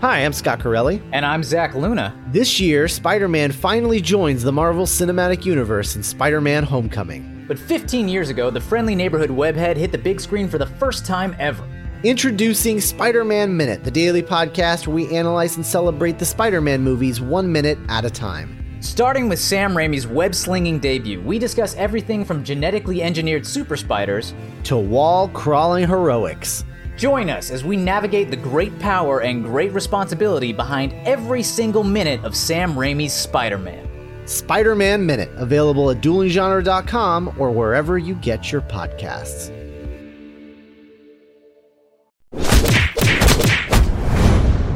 Hi, I'm Scott Corelli. And I'm Zach Luna. This year, Spider Man finally joins the Marvel Cinematic Universe in Spider Man Homecoming. But 15 years ago, the friendly neighborhood webhead hit the big screen for the first time ever. Introducing Spider Man Minute, the daily podcast where we analyze and celebrate the Spider Man movies one minute at a time. Starting with Sam Raimi's web slinging debut, we discuss everything from genetically engineered super spiders. To wall crawling heroics. Join us as we navigate the great power and great responsibility behind every single minute of Sam Raimi's Spider Man. Spider Man Minute, available at duelinggenre.com or wherever you get your podcasts.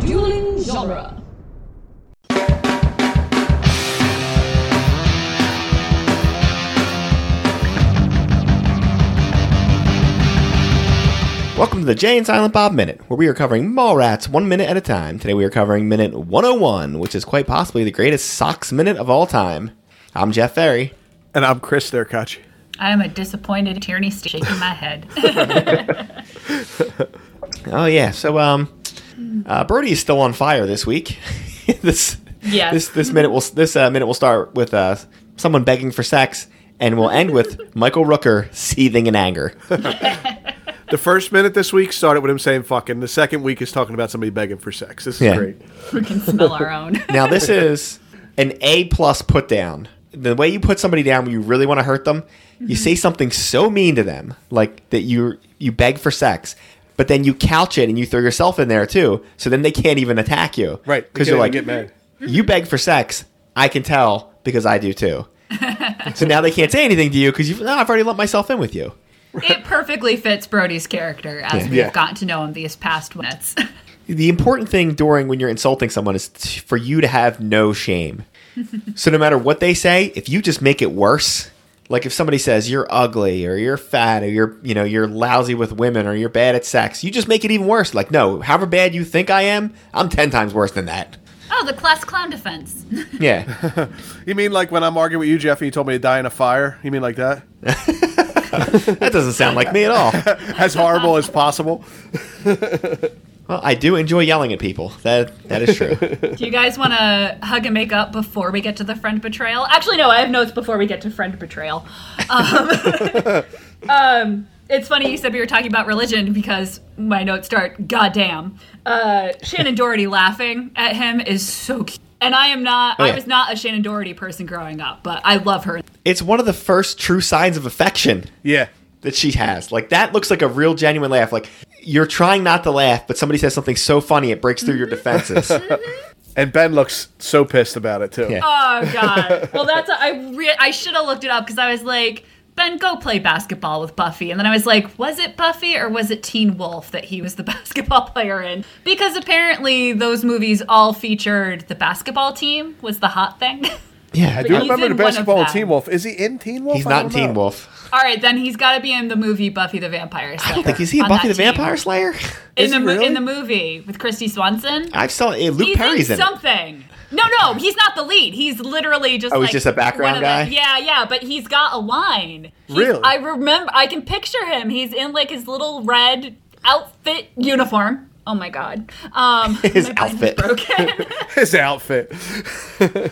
Dueling Genre. Welcome to the Jay and Silent Bob Minute, where we are covering Mallrats one minute at a time. Today we are covering minute 101, which is quite possibly the greatest socks minute of all time. I'm Jeff Ferry. And I'm Chris Therkach. I'm a disappointed Tierney st- shaking my head. Oh yeah, so um, uh, Brody is still on fire this week. this Yes. this this minute will this uh, minute will start with uh, someone begging for sex, and we'll end with Michael Rooker seething in anger. The first minute this week started with him saying fucking. The second week is talking about somebody begging for sex. This is Yeah. great. we can smell our own. Now this is an A plus put down. The way you put somebody down when you really want to hurt them, you say something so mean to them, like that you you beg for sex, but then you couch it and you throw yourself in there too. So then they can't even attack you, Right. Because They you're like, can't even you beg for sex. I can tell because I do too. so now they can't say anything to you because you. have I've already lumped myself in with you. it perfectly fits Brody's character as we've Yeah. gotten to know him these past minutes. the important thing during when you're insulting someone is t- for you to have no shame. so no matter what they say, if you just make it worse, like if somebody says you're ugly or you're fat or you're you know you're lousy with women or you're bad at sex, you just make it even worse. Like no, however bad you think I am, I'm ten times worse than that. oh, the class clown defense. Yeah, mad. You mean like when I'm arguing with you, Jeff, and you told me to die in a fire? You mean like that? that doesn't sound like me at all. As horrible as possible. Well, I do enjoy yelling at people. That that is true. Do you guys want to hug and make up before we get to the friend betrayal? Actually, no, I have notes before we get to friend betrayal. Um, um, it's funny you said we were talking about religion because my notes start, goddamn. Uh, Shannon Doherty laughing at him is so cute. And I am not, Oh, I yeah. was not a Shannon Doherty person growing up, but I love her. It's one of the first true signs of affection. Yeah. that she has. Like that looks like a real genuine laugh. Like you're trying not to laugh, but somebody says something so funny it breaks through your defenses. And Ben looks so pissed about it, too. Yeah. Oh god. Well, that's a, I re- I should have looked it up because I was like, Ben, go play basketball with Buffy, and then I was like, was it Buffy or was it Teen Wolf that he was the basketball player in? Because apparently those movies all featured the basketball team was the hot thing. yeah, I Do you He's do. remember in the one of basketball in them. Teen Wolf? Is he in Teen Wolf? He's I not don't Teen know. Wolf. all right, then he's got to be in the movie Buffy the Vampire Slayer. I don't think is he in on Buffy the that team. Vampire Slayer? In Is the he mo- really? in the movie with Christy Swanson. I've saw eh, Luke he's Perry's in in it. something. No, no, he's not the lead. He's literally just. Oh, he's like just a background one of the- guy? yeah, yeah, but he's got a line. He's- Really? I remember. I can picture him. He's in like his little red outfit uniform. Oh my god. Um, His my brain is outfit. Broken. His outfit.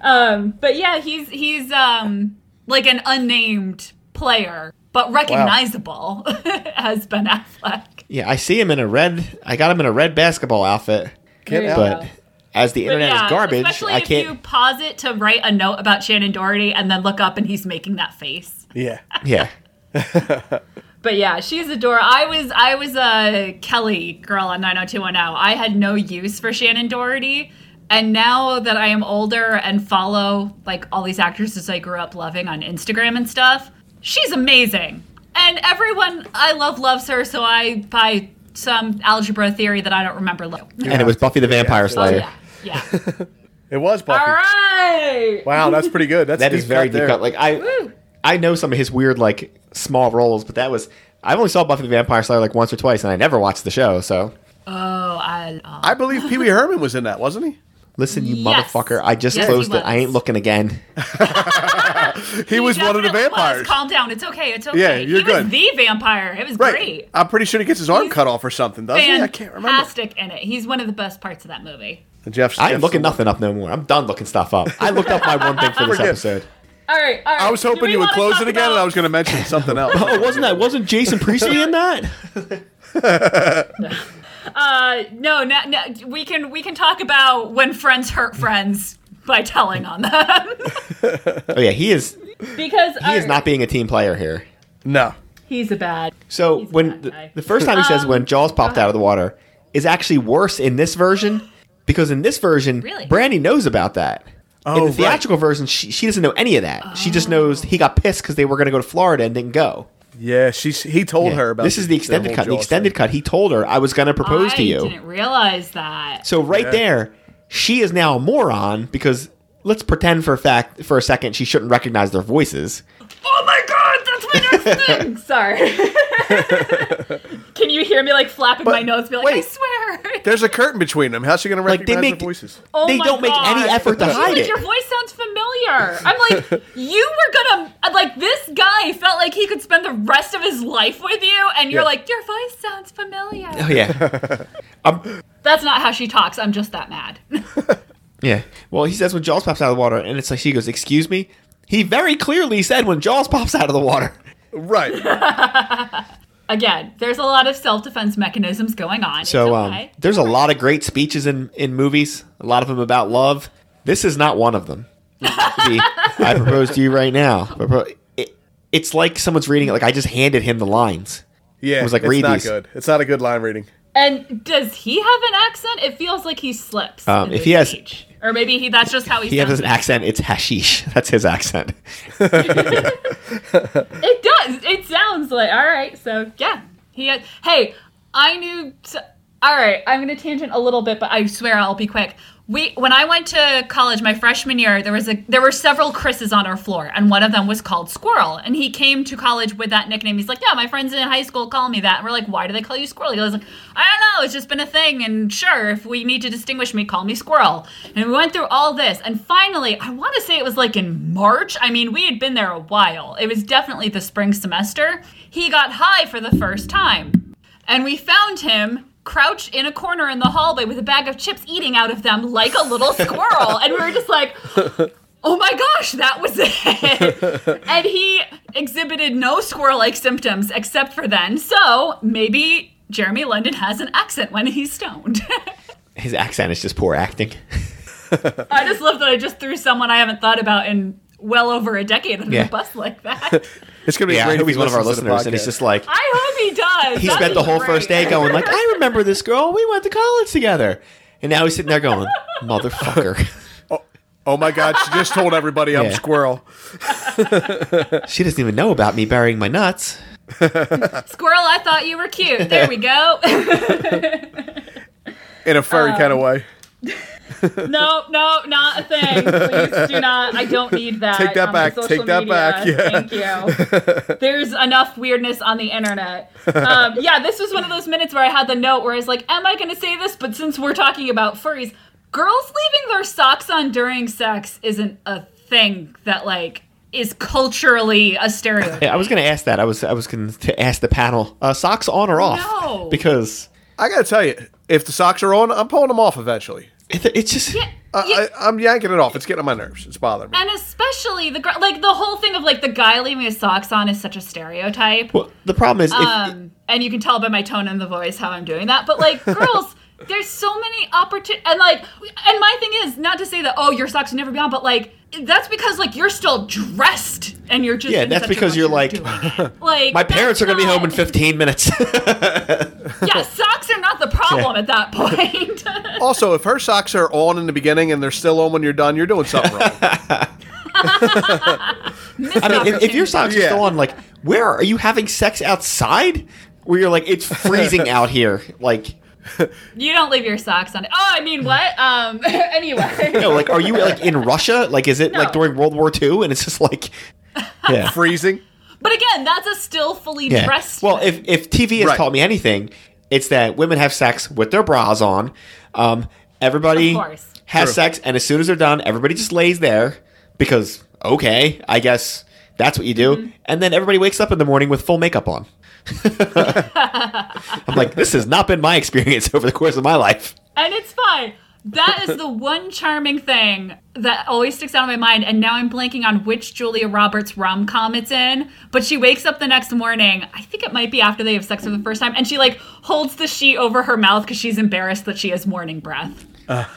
um, but yeah, he's he's um like an unnamed player, but recognizable as Ben Affleck. Yeah, I see him in a red. I got him in a red basketball outfit, Get Yeah. out. but as the But internet yeah, is garbage, Especially I if you can't. pause it to write a note about Shannon Doherty and then look up and he's making that face. Yeah. Yeah. But yeah, she's adorable. I was I was a Kelly girl on 90210. I had no use for Shannon Doherty. And now that I am older and follow like all these actresses I grew up loving on Instagram and stuff, she's amazing. And everyone I love loves her, so I buy some algebra theory that I don't remember. Low. And it was Buffy the Vampire Slayer. absolutely. yeah. Yeah. It was all Buffy. right. Wow, that's pretty good. That's That is deep very deep cut there. cut. Like I, I know some of his weird like small roles, but that was I've only saw Buffy the Vampire Slayer like once or twice, and I never watched the show. So Oh, I uh, I believe Pee Wee Herman was in that, wasn't he? listen, you Yes. motherfucker, I just Yes, he closed it. I was. ain't looking again. He, was one of the definitely vampires. was. Calm down. It's okay. It's okay. Yeah, you're he good. was the vampire. It was right. great. I'm pretty sure he gets his arm cut off or something, doesn't he? Oh, I can't remember. Fantastic in it. He's one of the best parts of that movie. Jeff's, I ain't Jeff's looking the- nothing up no more. I'm done looking stuff up. I looked up my one thing for this We're good. episode. All right. All right. I was Do hoping we you would wanna close talk it again, and I was going to mention something else. Oh, wasn't that wasn't Jason Priestley in that? about- uh, no, no, no. We can we can talk about when friends hurt friends by telling on them Oh yeah, he is. because uh, He is not being a team player here. no. He's a bad. So He's a when bad the, guy. Um, the first time he says when Jaws popped out of the water is actually worse in this version because in this version, Really? Brandy knows about that. Oh, in the right. theatrical version, she, she doesn't know any of that. She Oh. just knows he got pissed because they were going to go to Florida and didn't go. Yeah, she's he told Yeah. her about this is the extended whole cut. The Jaws extended thing. cut. He told her I was going to propose I to you. didn't realize that. So right Yeah. there, she is now a moron because let's pretend for a fact for a second she shouldn't recognize their voices. Oh my god, that's my next thing. Sorry. Can you hear me like flapping my nose? Be like, wait. I swear. There's a curtain between them. How's she going to Like they recognize make their voices? Oh they my don't make any God. effort to She's hide like, it. Your voice sounds familiar. I'm like, you were gonna like this guy felt like he could spend the rest of his life with you, and you're Yeah. like, your voice sounds familiar. Oh yeah, That's not how she talks. I'm just that mad. yeah. Well, he says when Jaws pops out of the water, and it's like she goes, "Excuse me." He very clearly said when Jaws pops out of the water. Right. Again, there's a lot of self defense mechanisms going on. So it's um, okay. there's a lot of great speeches in in movies. A lot of them about love. This is not one of them. The, I propose to you right now. Propo- It, it's like someone's reading it. Like I just handed him the lines. Yeah, I was like, it's read not these. good. It's not a good line reading. and does he have an accent? It feels like he slips. Um, in if this he has- speech. or maybe he that's just how he, He sounds. has an accent. It's hashish. That's his accent. It does. It sounds like all right. So yeah, he. Had, hey, I knew. s all right, I'm gonna tangent a little bit, but I swear I'll be quick. We when I went to college my freshman year, there was a there were several Chris's on our floor, and one of them was called Squirrel, and he came to college with that nickname. He's like, yeah, my friends in high school call me that, and we're like, why do they call you Squirrel? He goes like, I don't know, it's just been a thing, and sure, if we need to distinguish me, call me Squirrel. And we went through all this, and finally, I want to say it was like in March. I mean, we had been there a while. It was definitely the spring semester. He got high for the first time. And we found him crouched in a corner in the hallway with a bag of chips eating out of them like a little squirrel. and we were just like, oh my gosh, that was it. and he exhibited no squirrel like symptoms except for then. So maybe Jeremy London has an accent when he's stoned. His accent is just poor acting. I just love that I just threw someone I haven't thought about in well over a decade under Yeah. the bus like that. It's going to be Yeah, I great. hope if he's he one of our listens to the listeners, and he's podcast. just like I hope he does. he That'd spent be the whole great. first day going like, "I remember this girl. We went to college together," and now he's sitting there going, "Motherfucker, oh my God, she just told everybody I'm Yeah. squirrel. she doesn't even know about me burying my nuts." Squirrel, I thought you were cute. There we go. In a furry kind of Um, way. No, no, not a thing. Please do not. I don't need that. Take that on my back. social Take that media. back. Thank you. There's enough weirdness on the internet. Um, yeah, this was one of those minutes where I had the note where I was like, "Am I going to say this?" But since we're talking about furries, girls leaving their socks on during sex isn't a thing that like is culturally a stereotype. Yeah, I was going to ask that. I was I was going to ask the panel, uh, socks on or off? No. Because I got to tell you, if the socks are on, I'm pulling them off eventually. it, it's just Uh, I, Yeah. I, I'm yanking it off. It's getting on my nerves. It's bothering me. and especially the gr- like the whole thing of like the guy leaving his socks on is such a stereotype. well, the problem is if, um, and you can tell by my tone and the voice how I'm doing that. But like, girls, there's so many opportunities, and like, and my thing is not to say that oh your socks will never be on, but like that's because like you're still dressed and you're just Yeah, in that's such a because rush you're of like- doing it. like my parents are going to be home in 15 minutes. yeah, socks are not the problem at that point. Also, if her socks are on in the beginning and they're still on when you're done, you're doing something wrong. I mean, if, if your socks are Yeah. still on, like, where are you having sex outside? Where you're like, it's freezing out here. Like, you don't leave your socks on. Oh, I mean what? Um, anyway. no, like, are you like in Russia? Like, is it like No. during World War II? And it's just like, yeah, Freezing. But again, that's a still fully yeah. dressed. Well, if if TV has Right. taught me anything, it's that women have sex with their bras on. Um, everybody Of course. has True. sex, and as soon as they're done, everybody just lays there. because okay, I guess that's what you do. Mm-hmm. And then everybody wakes up in the morning with full makeup on. I'm like, this has not been my experience over the course of my life. and it's fine. That is the one charming thing that always sticks out in my mind. And now I'm blanking on which Julia Roberts rom com it's in. But she wakes up the next morning. I think it might be after they have sex for the first time. And she like holds the sheet over her mouth because she's embarrassed that she has morning breath.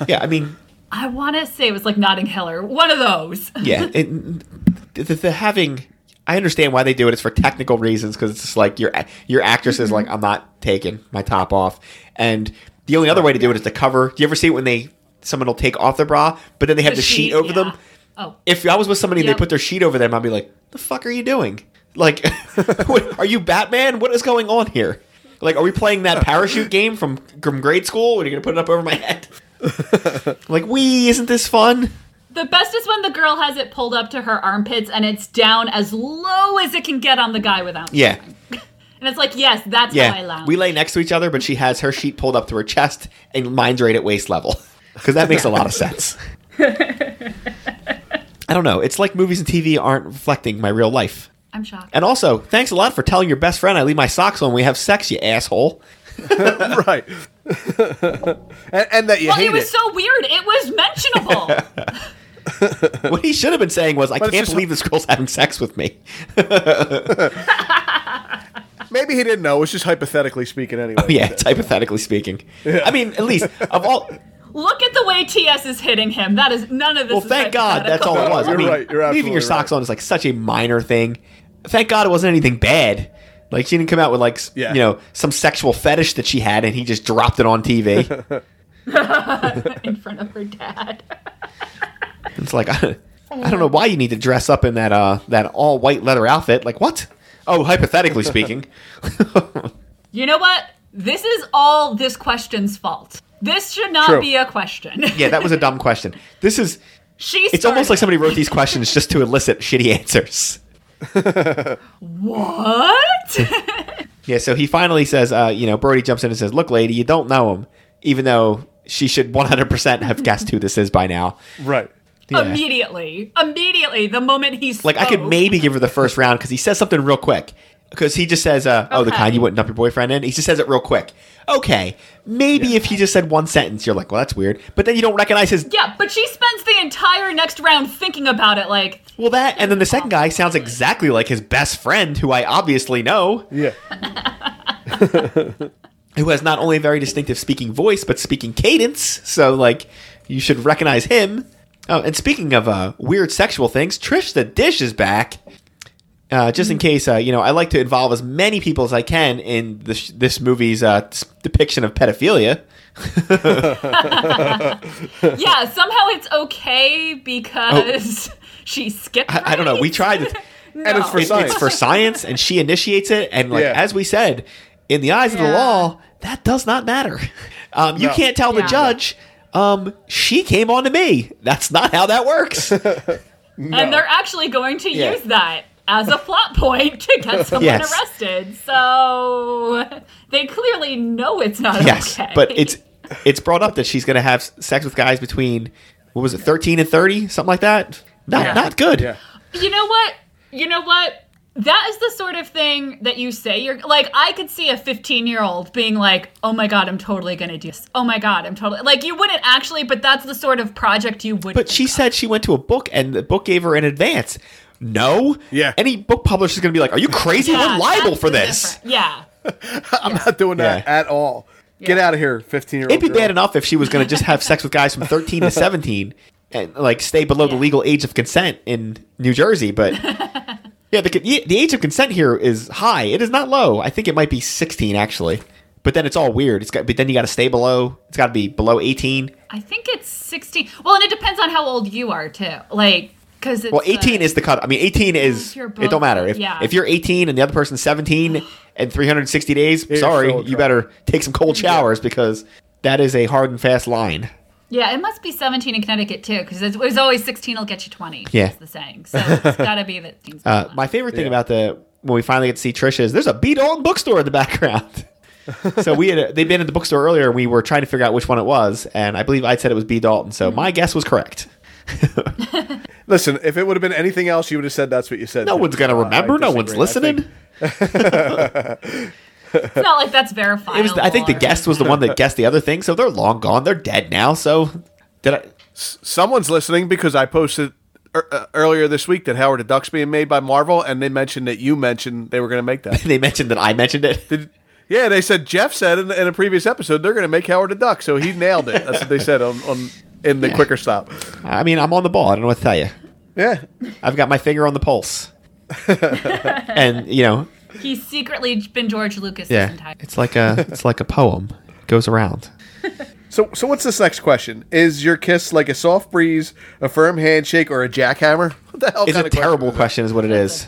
Yeah, I mean, I want to say it was like Notting Hill or one of those. yeah, it, the, the having. I understand why they do it. It's for technical reasons because it's just like your your actress is like, I'm not taking my top off, and the only other way to do it is to cover. Do you ever see it when they someone will take off their bra, but then they have the, sheet, over yeah. them? Oh, if I was with somebody and Yep. they put their sheet over them, I'd be like, "The fuck are you doing? Like, what- are you Batman? What is going on here? Like, are we playing that parachute game from from grade school? Are you gonna put it up over my head? like, we isn't this fun? the best is when the girl has it pulled up to her armpits and it's down as low as it can get on the guy without. Yeah, And it's like, yes, that's how Oh, I yeah. lounge. We lay next to each other, but she has her sheet pulled up to her chest and mine's right at waist level because that makes a lot of sense. I don't know. It's like movies and TV aren't reflecting my real life. I'm shocked. And also, thanks a lot for telling your best friend I leave my socks on when we have sex, you asshole. right. and, and that you Well, hate it was it. so weird. It was mentionable. What he should have been saying was, I it's can't just- believe this girl's having sex with me. Maybe he didn't know. It was just hypothetically speaking, anyway. yeah, it's hypothetically speaking. I mean, at least of all. Look at the way TS is hitting him. That is none of this. Well, is thank God that's all hypothetical. it was. I You're mean, right, you're leaving your absolutely socks right. on is like such a minor thing. Thank God it wasn't anything bad. Like she didn't come out with like s- Yeah. you know some sexual fetish that she had, and he just dropped it on TV. in front of her dad. it's like I, I don't know why you need to dress up in that uh that all white leather outfit. Like what? Oh, hypothetically speaking. You know what? This is all this question's fault. This should not True. be a question. yeah, that was a dumb question. This is she. it's almost like somebody wrote these questions just to elicit shitty answers. what? Yeah, so he finally says, uh, you know, Brody jumps in and says, Look, lady, you don't know him, even though she should 100% have guessed who this is by now. Right. Yeah. Immediately, immediately, the moment he spoke, Like, I could maybe give her the first round because he says something real quick. Because he just says, uh, Oh, the Okay. kind you wouldn't dump your boyfriend in. He just says it real quick. Okay, maybe if he just said one sentence, you're like, Well, that's weird. But then you don't recognize his. Yeah, but she spends the entire next round thinking about it. Like, Well, that. And then the second guy sounds exactly like his best friend, who I obviously know. Yeah. who has not only a very distinctive speaking voice but speaking cadence. So like you should recognize him. Oh, and speaking of uh, weird sexual things, Trish the Dish is back. Uh, just Hmm. in case, uh, you know, I like to involve as many people as I can in this, this movie's uh, s- depiction of pedophilia. yeah, somehow it's okay because she skipped. Oh. I, I don't know. We grades? tried. It, And it's for it's, science. it's for science, and she initiates it. And like Yeah. as we said, in the eyes of the Yeah. law, that does not matter. Um, You No. can't tell the Yeah. judge. Um, she came on to me. That's not how that works. And they're actually going to Yeah. use that as a plot point to get someone Yes. arrested. So they clearly know it's not Yes, okay. but it's it's brought up that she's going to have s- sex with guys between what was it, thirteen and thirty, something like that. Not not good. Yeah. you know what? You know what? That is the sort of thing that you say you're like I could see a 15-year-old being like, "Oh my god, I'm totally going to do this. Oh my god, I'm totally." Like you wouldn't actually, but that's the sort of project you would But she said she went to a book and the book gave her an advance. No. Yeah. Any book publisher's going to be like, "Are you crazy? Yeah, We're liable that's for the this." difference. Yeah. I'm not doing that Yeah. at all. Get Yeah. out of here, 15 year old. It'd be bad enough if she was going to just have sex with guys from thirteen to seventeen and like stay below the Yeah. legal age of consent in New Jersey, but. Yeah, the, the age of consent here is high. It is not low. I think it might be 16 actually. But then it's all weird. It's got but then you got to stay below. It's got to be below 18. I think it's 16. Well, and it depends on how old you are too. Like cuz Well, 18 is the cut. I mean, 18 is if you're it don't both- matter. If yeah. if you're 18 and the other person's 17 and 360 days, you're sorry, still in you trouble. better take some cold showers because that is a hard and fast line. Yeah, it must be 17 in Connecticut too, because it was always 16 will get you 20. Yeah. That's the saying. So it's got to be that. Uh, my favorite thing about the when we finally get to see Trisha is there's a beat on bookstore in the background. so we had they'd been at the bookstore earlier and we were trying to figure out which one it was and I believe I said it was B Dalton. So my guess was correct. Listen, if it would have been anything else, you would have said that's what you said. Uh, No one's gonna remember. no one's disagree. I listening. It's not like that's verified. It was. I think the guest was the one that guessed the other thing. So they're long gone. They're dead now. So did I? Someone's listening because I posted er, uh, earlier this week that Howard the Duck's being made by Marvel, and they mentioned that you mentioned they were going to make that. They mentioned that I mentioned it. Did, yeah, they said Jeff said in, in a previous episode they're going to make Howard the Duck, so he nailed it. That's what they said on, on in the quicker stop. I mean, I'm on the ball. I don't know what to tell you. Yeah, I've got my finger on the pulse. and you know, He's secretly been George Lucas this yeah, entire. it's like a it's like a poem It goes around. So, so what's this next question? Is your kiss like a soft breeze, a firm handshake, or a jackhammer? What the hell? It's kind a terrible question, is what it is.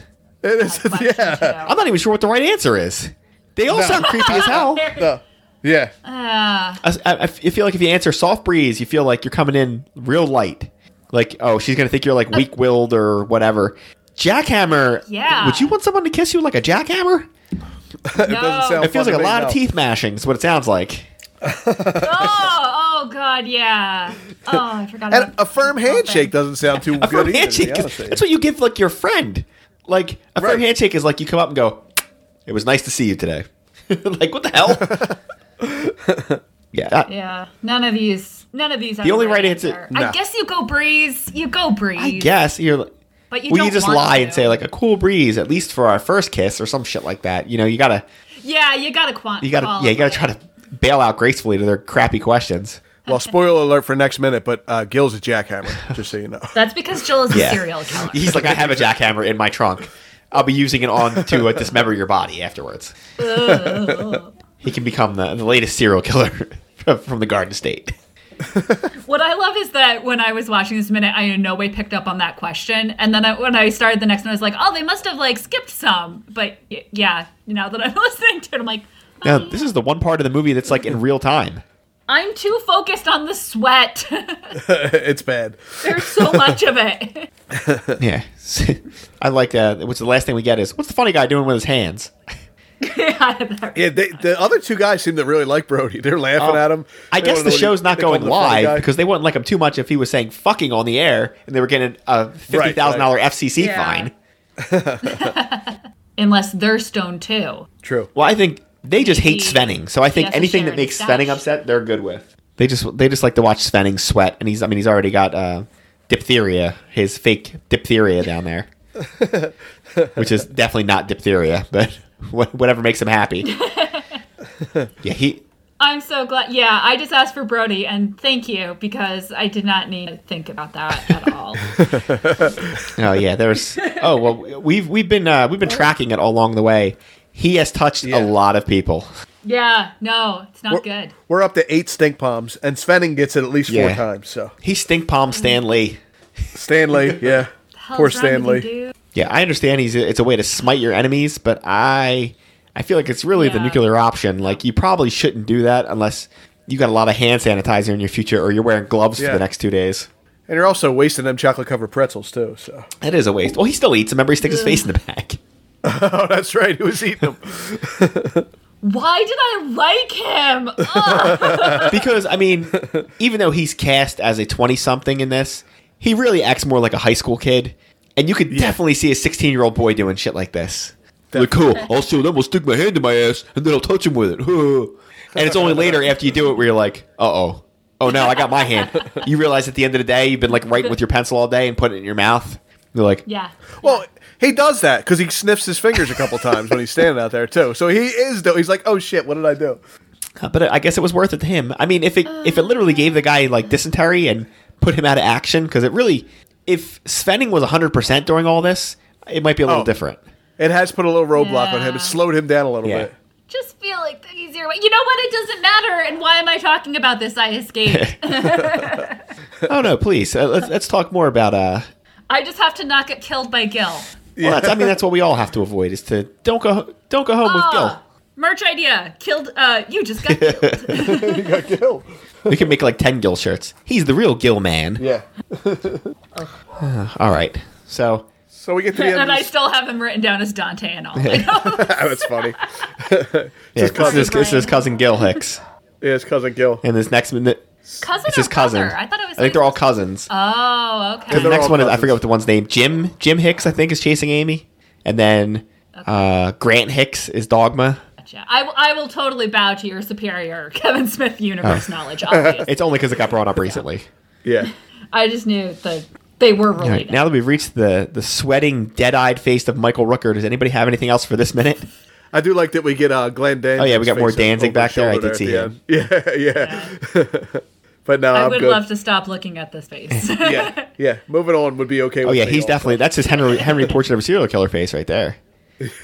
It is, question, yeah, too. I'm not even sure what the right answer is. They all sound creepy as hell. no, yeah. I, I- I feel like if you answer soft breeze, you feel like you're coming in real light. Like, oh, she's gonna think you're like weak willed or whatever. Jackhammer. Yeah. Would you want someone to kiss you like a jackhammer? no. doesn't sound- It feels like a Fucking lot no. of teeth mashing. Is what it sounds like. Oh, oh God, yeah. Oh, I forgot. And about- a firm handshake doesn't sound too A good firm either. handshake. Handshake, is- That's what you give like your friend. Like a firm Right. handshake is like you come up and go, "It was nice to see you today." like what the hell? yeah. I- Yeah, none of these. None of these. are The only right answer- no. I guess you go breeze. You go breeze. I guess you're. like- But you well, don't you just want lie and to. say like a cool breeze, at least for our first kiss or some shit like that. You know, you gotta, Yeah, you gotta quant. you gotta, yeah, you gotta try to bail out gracefully to their crappy questions. Well, spoiler alert for next minute, but uh, Gil's a jackhammer. Just so you know. That's because Joel is Yeah. a serial killer. He's like, I have a jackhammer in my trunk. I'll be using it on to uh, dismember your body afterwards. he can become the, the latest serial killer from the Garden State. What I love is that when I was watching this minute, I in no way picked up on that question, and then I, when I started the next one, I was like, "Oh, they must have like skipped some." But y- yeah, now that I'm listening to it, I'm like, um, Now, this is the one part of the movie that's like in real time. I'm too focused on the sweat. it's bad. There's so much of it. Yeah, I like that. What's the last thing we get is what's the funny guy doing with his hands? yeah, Yeah, they, the other two guys seem to really like Brody. They're laughing at him. Oh. I They guess the wanna know what he- show's not they call going him the funny live guy. because they wouldn't like him too much if he was saying fucking on the air and they were getting a fifty thousand dollar FCC Yeah. fine. Unless they're stoned too. true. Well, I think they just hate He- Svenning, so I think has to anything share that an makes stash. Svenning upset, they're good with. They just they just like to watch Svenning sweat, and he's I mean he's already got uh, diphtheria, his fake diphtheria down there, which is definitely not diphtheria, but wha- whatever makes him happy. yeah, he I'm so glad. Yeah, I just asked for Brody, and thank you because I did not need to think about that at all. Oh yeah, there's. Oh well, we've we've been uh, we've been tracking it all along the way. He has touched Yeah. a lot of people. yeah, no, it's not We're, good. we're up to eight stink palms, and Svenning gets it at least four Yeah. times. So He stink palm Mm-hmm. Stanley. Stanley, yeah, Hell's poor wrong with you, Stanley. dude? Yeah, I understand. He's it's a way to smite your enemies, but I I feel like it's really the Yeah. nuclear option. Like you probably shouldn't do that unless you got a lot of hand sanitizer in your future, or you're wearing gloves for Yeah. the next two days. And you're also wasting them chocolate covered pretzels too. So That is a waste. Well, he still eats. them. Remember, he sticks his face in the back. oh, that's right. Who was eating them? Why did I like him? Ugh. because I mean, even though he's cast as a twenty-something in this, he really acts more like a high school kid, and you could definitely see a sixteen-year-old boy doing shit like this. Like, cool. I'll show them. I'll stick my hand in my ass, and then I'll touch him with it. and it's only later after you do it where you're like, uh oh. Oh no, I got my hand. You realize at the end of the day you've been like writing with your pencil all day and putting it in your mouth. You're like, yeah. Well, he does that because he sniffs his fingers a couple times when he's standing out there too. So he is though. He's like, oh shit, what did I do? but I guess it was worth it to him. I mean, if it if it literally gave the guy like dysentery and put him out of action, because it really, if Svenning was hundred percent during all this, it might be a little Oh. different. It has put a little roadblock on him. It Yeah. slowed him down a little Yeah. bit. Just feel like the easier way. You know what? It doesn't matter. And why am I talking about this? I escaped. Oh no, please uh, let's let's talk more about. uh I just have to not get killed by Gil. well, that's, I mean, that's what we all have to avoid is to don't go don't go home with Oh, Gil. merch idea. Killed. Uh, you just got killed. We can make like ten Gil shirts. He's the real Gil man. Yeah. All right, so So we get to the end. and of I this. still have him written down as Dante and all. I know. Oh, that's funny. yeah, this, is, this is cousin Gil Hicks, Yeah, it's cousin Gil. and this next minute. Cousin It's or his cousin. brother? I thought it was. I think they're all cousins. Oh, okay. the they're next all one is I cousins. forget what the one's name. Jim Jim Hicks I think is chasing Amy, and then uh, Grant Hicks is Dogma. Gotcha. I, w- I will totally bow to your superior Kevin Smith universe Oh. knowledge. Obviously. It's only because it got brought up recently. Yeah. I just knew that they were All right, related. now that we've reached the the sweating, dead eyed face of Michael Rooker, does anybody have anything else for this minute? I do like that we get uh, Glenn Danzig. Oh, yeah, we got more Danzig back there. I did see him. Yeah, yeah. but no, I I'm would good. love to stop looking at this face. yeah, yeah. Moving on would be okay. Oh yeah, he's definitely that's his Henry Henry portrait of a serial killer face right there.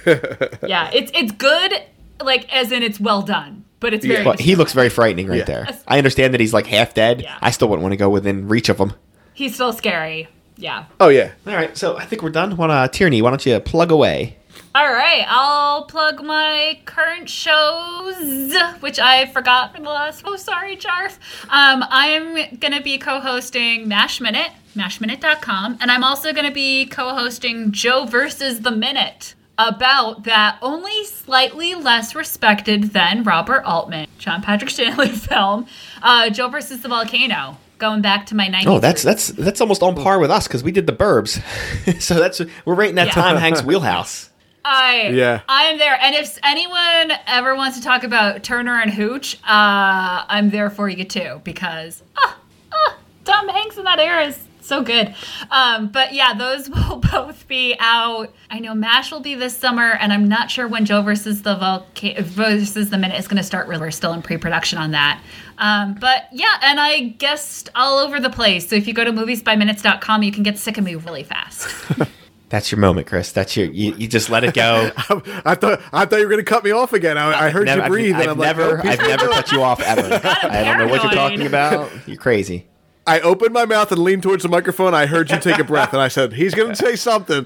yeah, it's it's good, like as in it's well done, but it's very. But he looks very frightening right Yeah. there. I understand that he's like half dead. Yeah. I still wouldn't want to go within reach of him. He's still scary. Yeah. Oh yeah. All right, so I think we're done. Wanna Tierney? Why don't you plug away? All right, I'll plug my current shows, which I forgot for the last. Oh, sorry, Jarf. Um, I'm gonna be co-hosting Mash Minute, mashminute.com, and I'm also gonna be co-hosting Joe versus the Minute about that only slightly less respected than Robert Altman, John Patrick Stanley film, uh, Joe versus the Volcano. Going back to my 90s. Oh, that's that's that's almost on par with us because we did the Burbs, so that's we're right in that Yeah. Tom Hanks wheelhouse. I Yeah. I am there. And if anyone ever wants to talk about Turner and Hooch, uh, I'm there for you too because ah, ah, Tom Hanks in that era is so good. Um, but yeah, those will both be out. I know Mash will be this summer, and I'm not sure when Joe versus the Volcano versus the Minute is going to start. Really, we're still in pre-production on that. Um, but yeah, and I guessed all over the place. So if you go to moviesbyminutes.com, you can get sick of me really fast. That's your moment, Chris. That's your you, you just let it go. I thought I thought you were gonna cut me off again. I, I heard Never- you I've- breathe, I've, and I'm never, like, nope, he's- I've never cut you off ever. I don't know what you're talking about. You're crazy. I opened my mouth and leaned towards the microphone. I heard you take a breath, and I said, "He's gonna say something."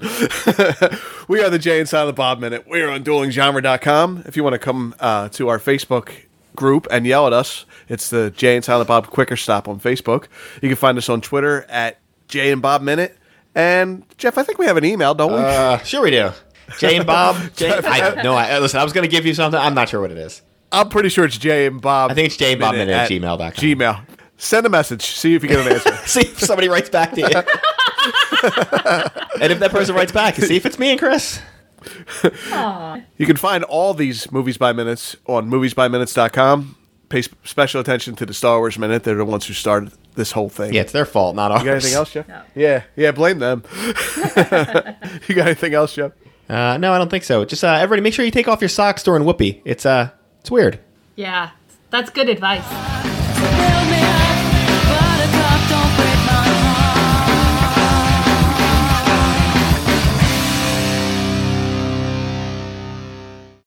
we are the Jay and Silent Bob Minute. We're on DuelingGenre.com. If you want to come uh, to our Facebook group and yell at us, it's the Jay and Silent Bob Quicker Stop on Facebook. You can find us on Twitter at Jay and Bob Minute. And Jeff, I think we have an email, don't we? Uh, sure we do. Jay and Bob. Jay, I, no, I, uh, listen. I was going to give you something. I'm not sure what it is. I'm pretty sure it's Jay and Bob. I think it's Jay and Bob Minute at gmail.com. Gmail. Send a message. See if you get an answer. See if somebody writes back to you. and if that person writes back, see if it's me and Chris. you can find all these movies by minutes on moviesbyminutes.com. Pay sp- special attention to the Star Wars minute. They're the ones who started this whole thing. Yeah, it's their fault, not ours. You got anything else, Jeff? Yeah. Yeah. Blame them. you got anything else, Jeff? Uh, no, I don't think so. Just uh, everybody, make sure you take off your socks during Whoopee. It's uh, it's weird. yeah, that's good advice.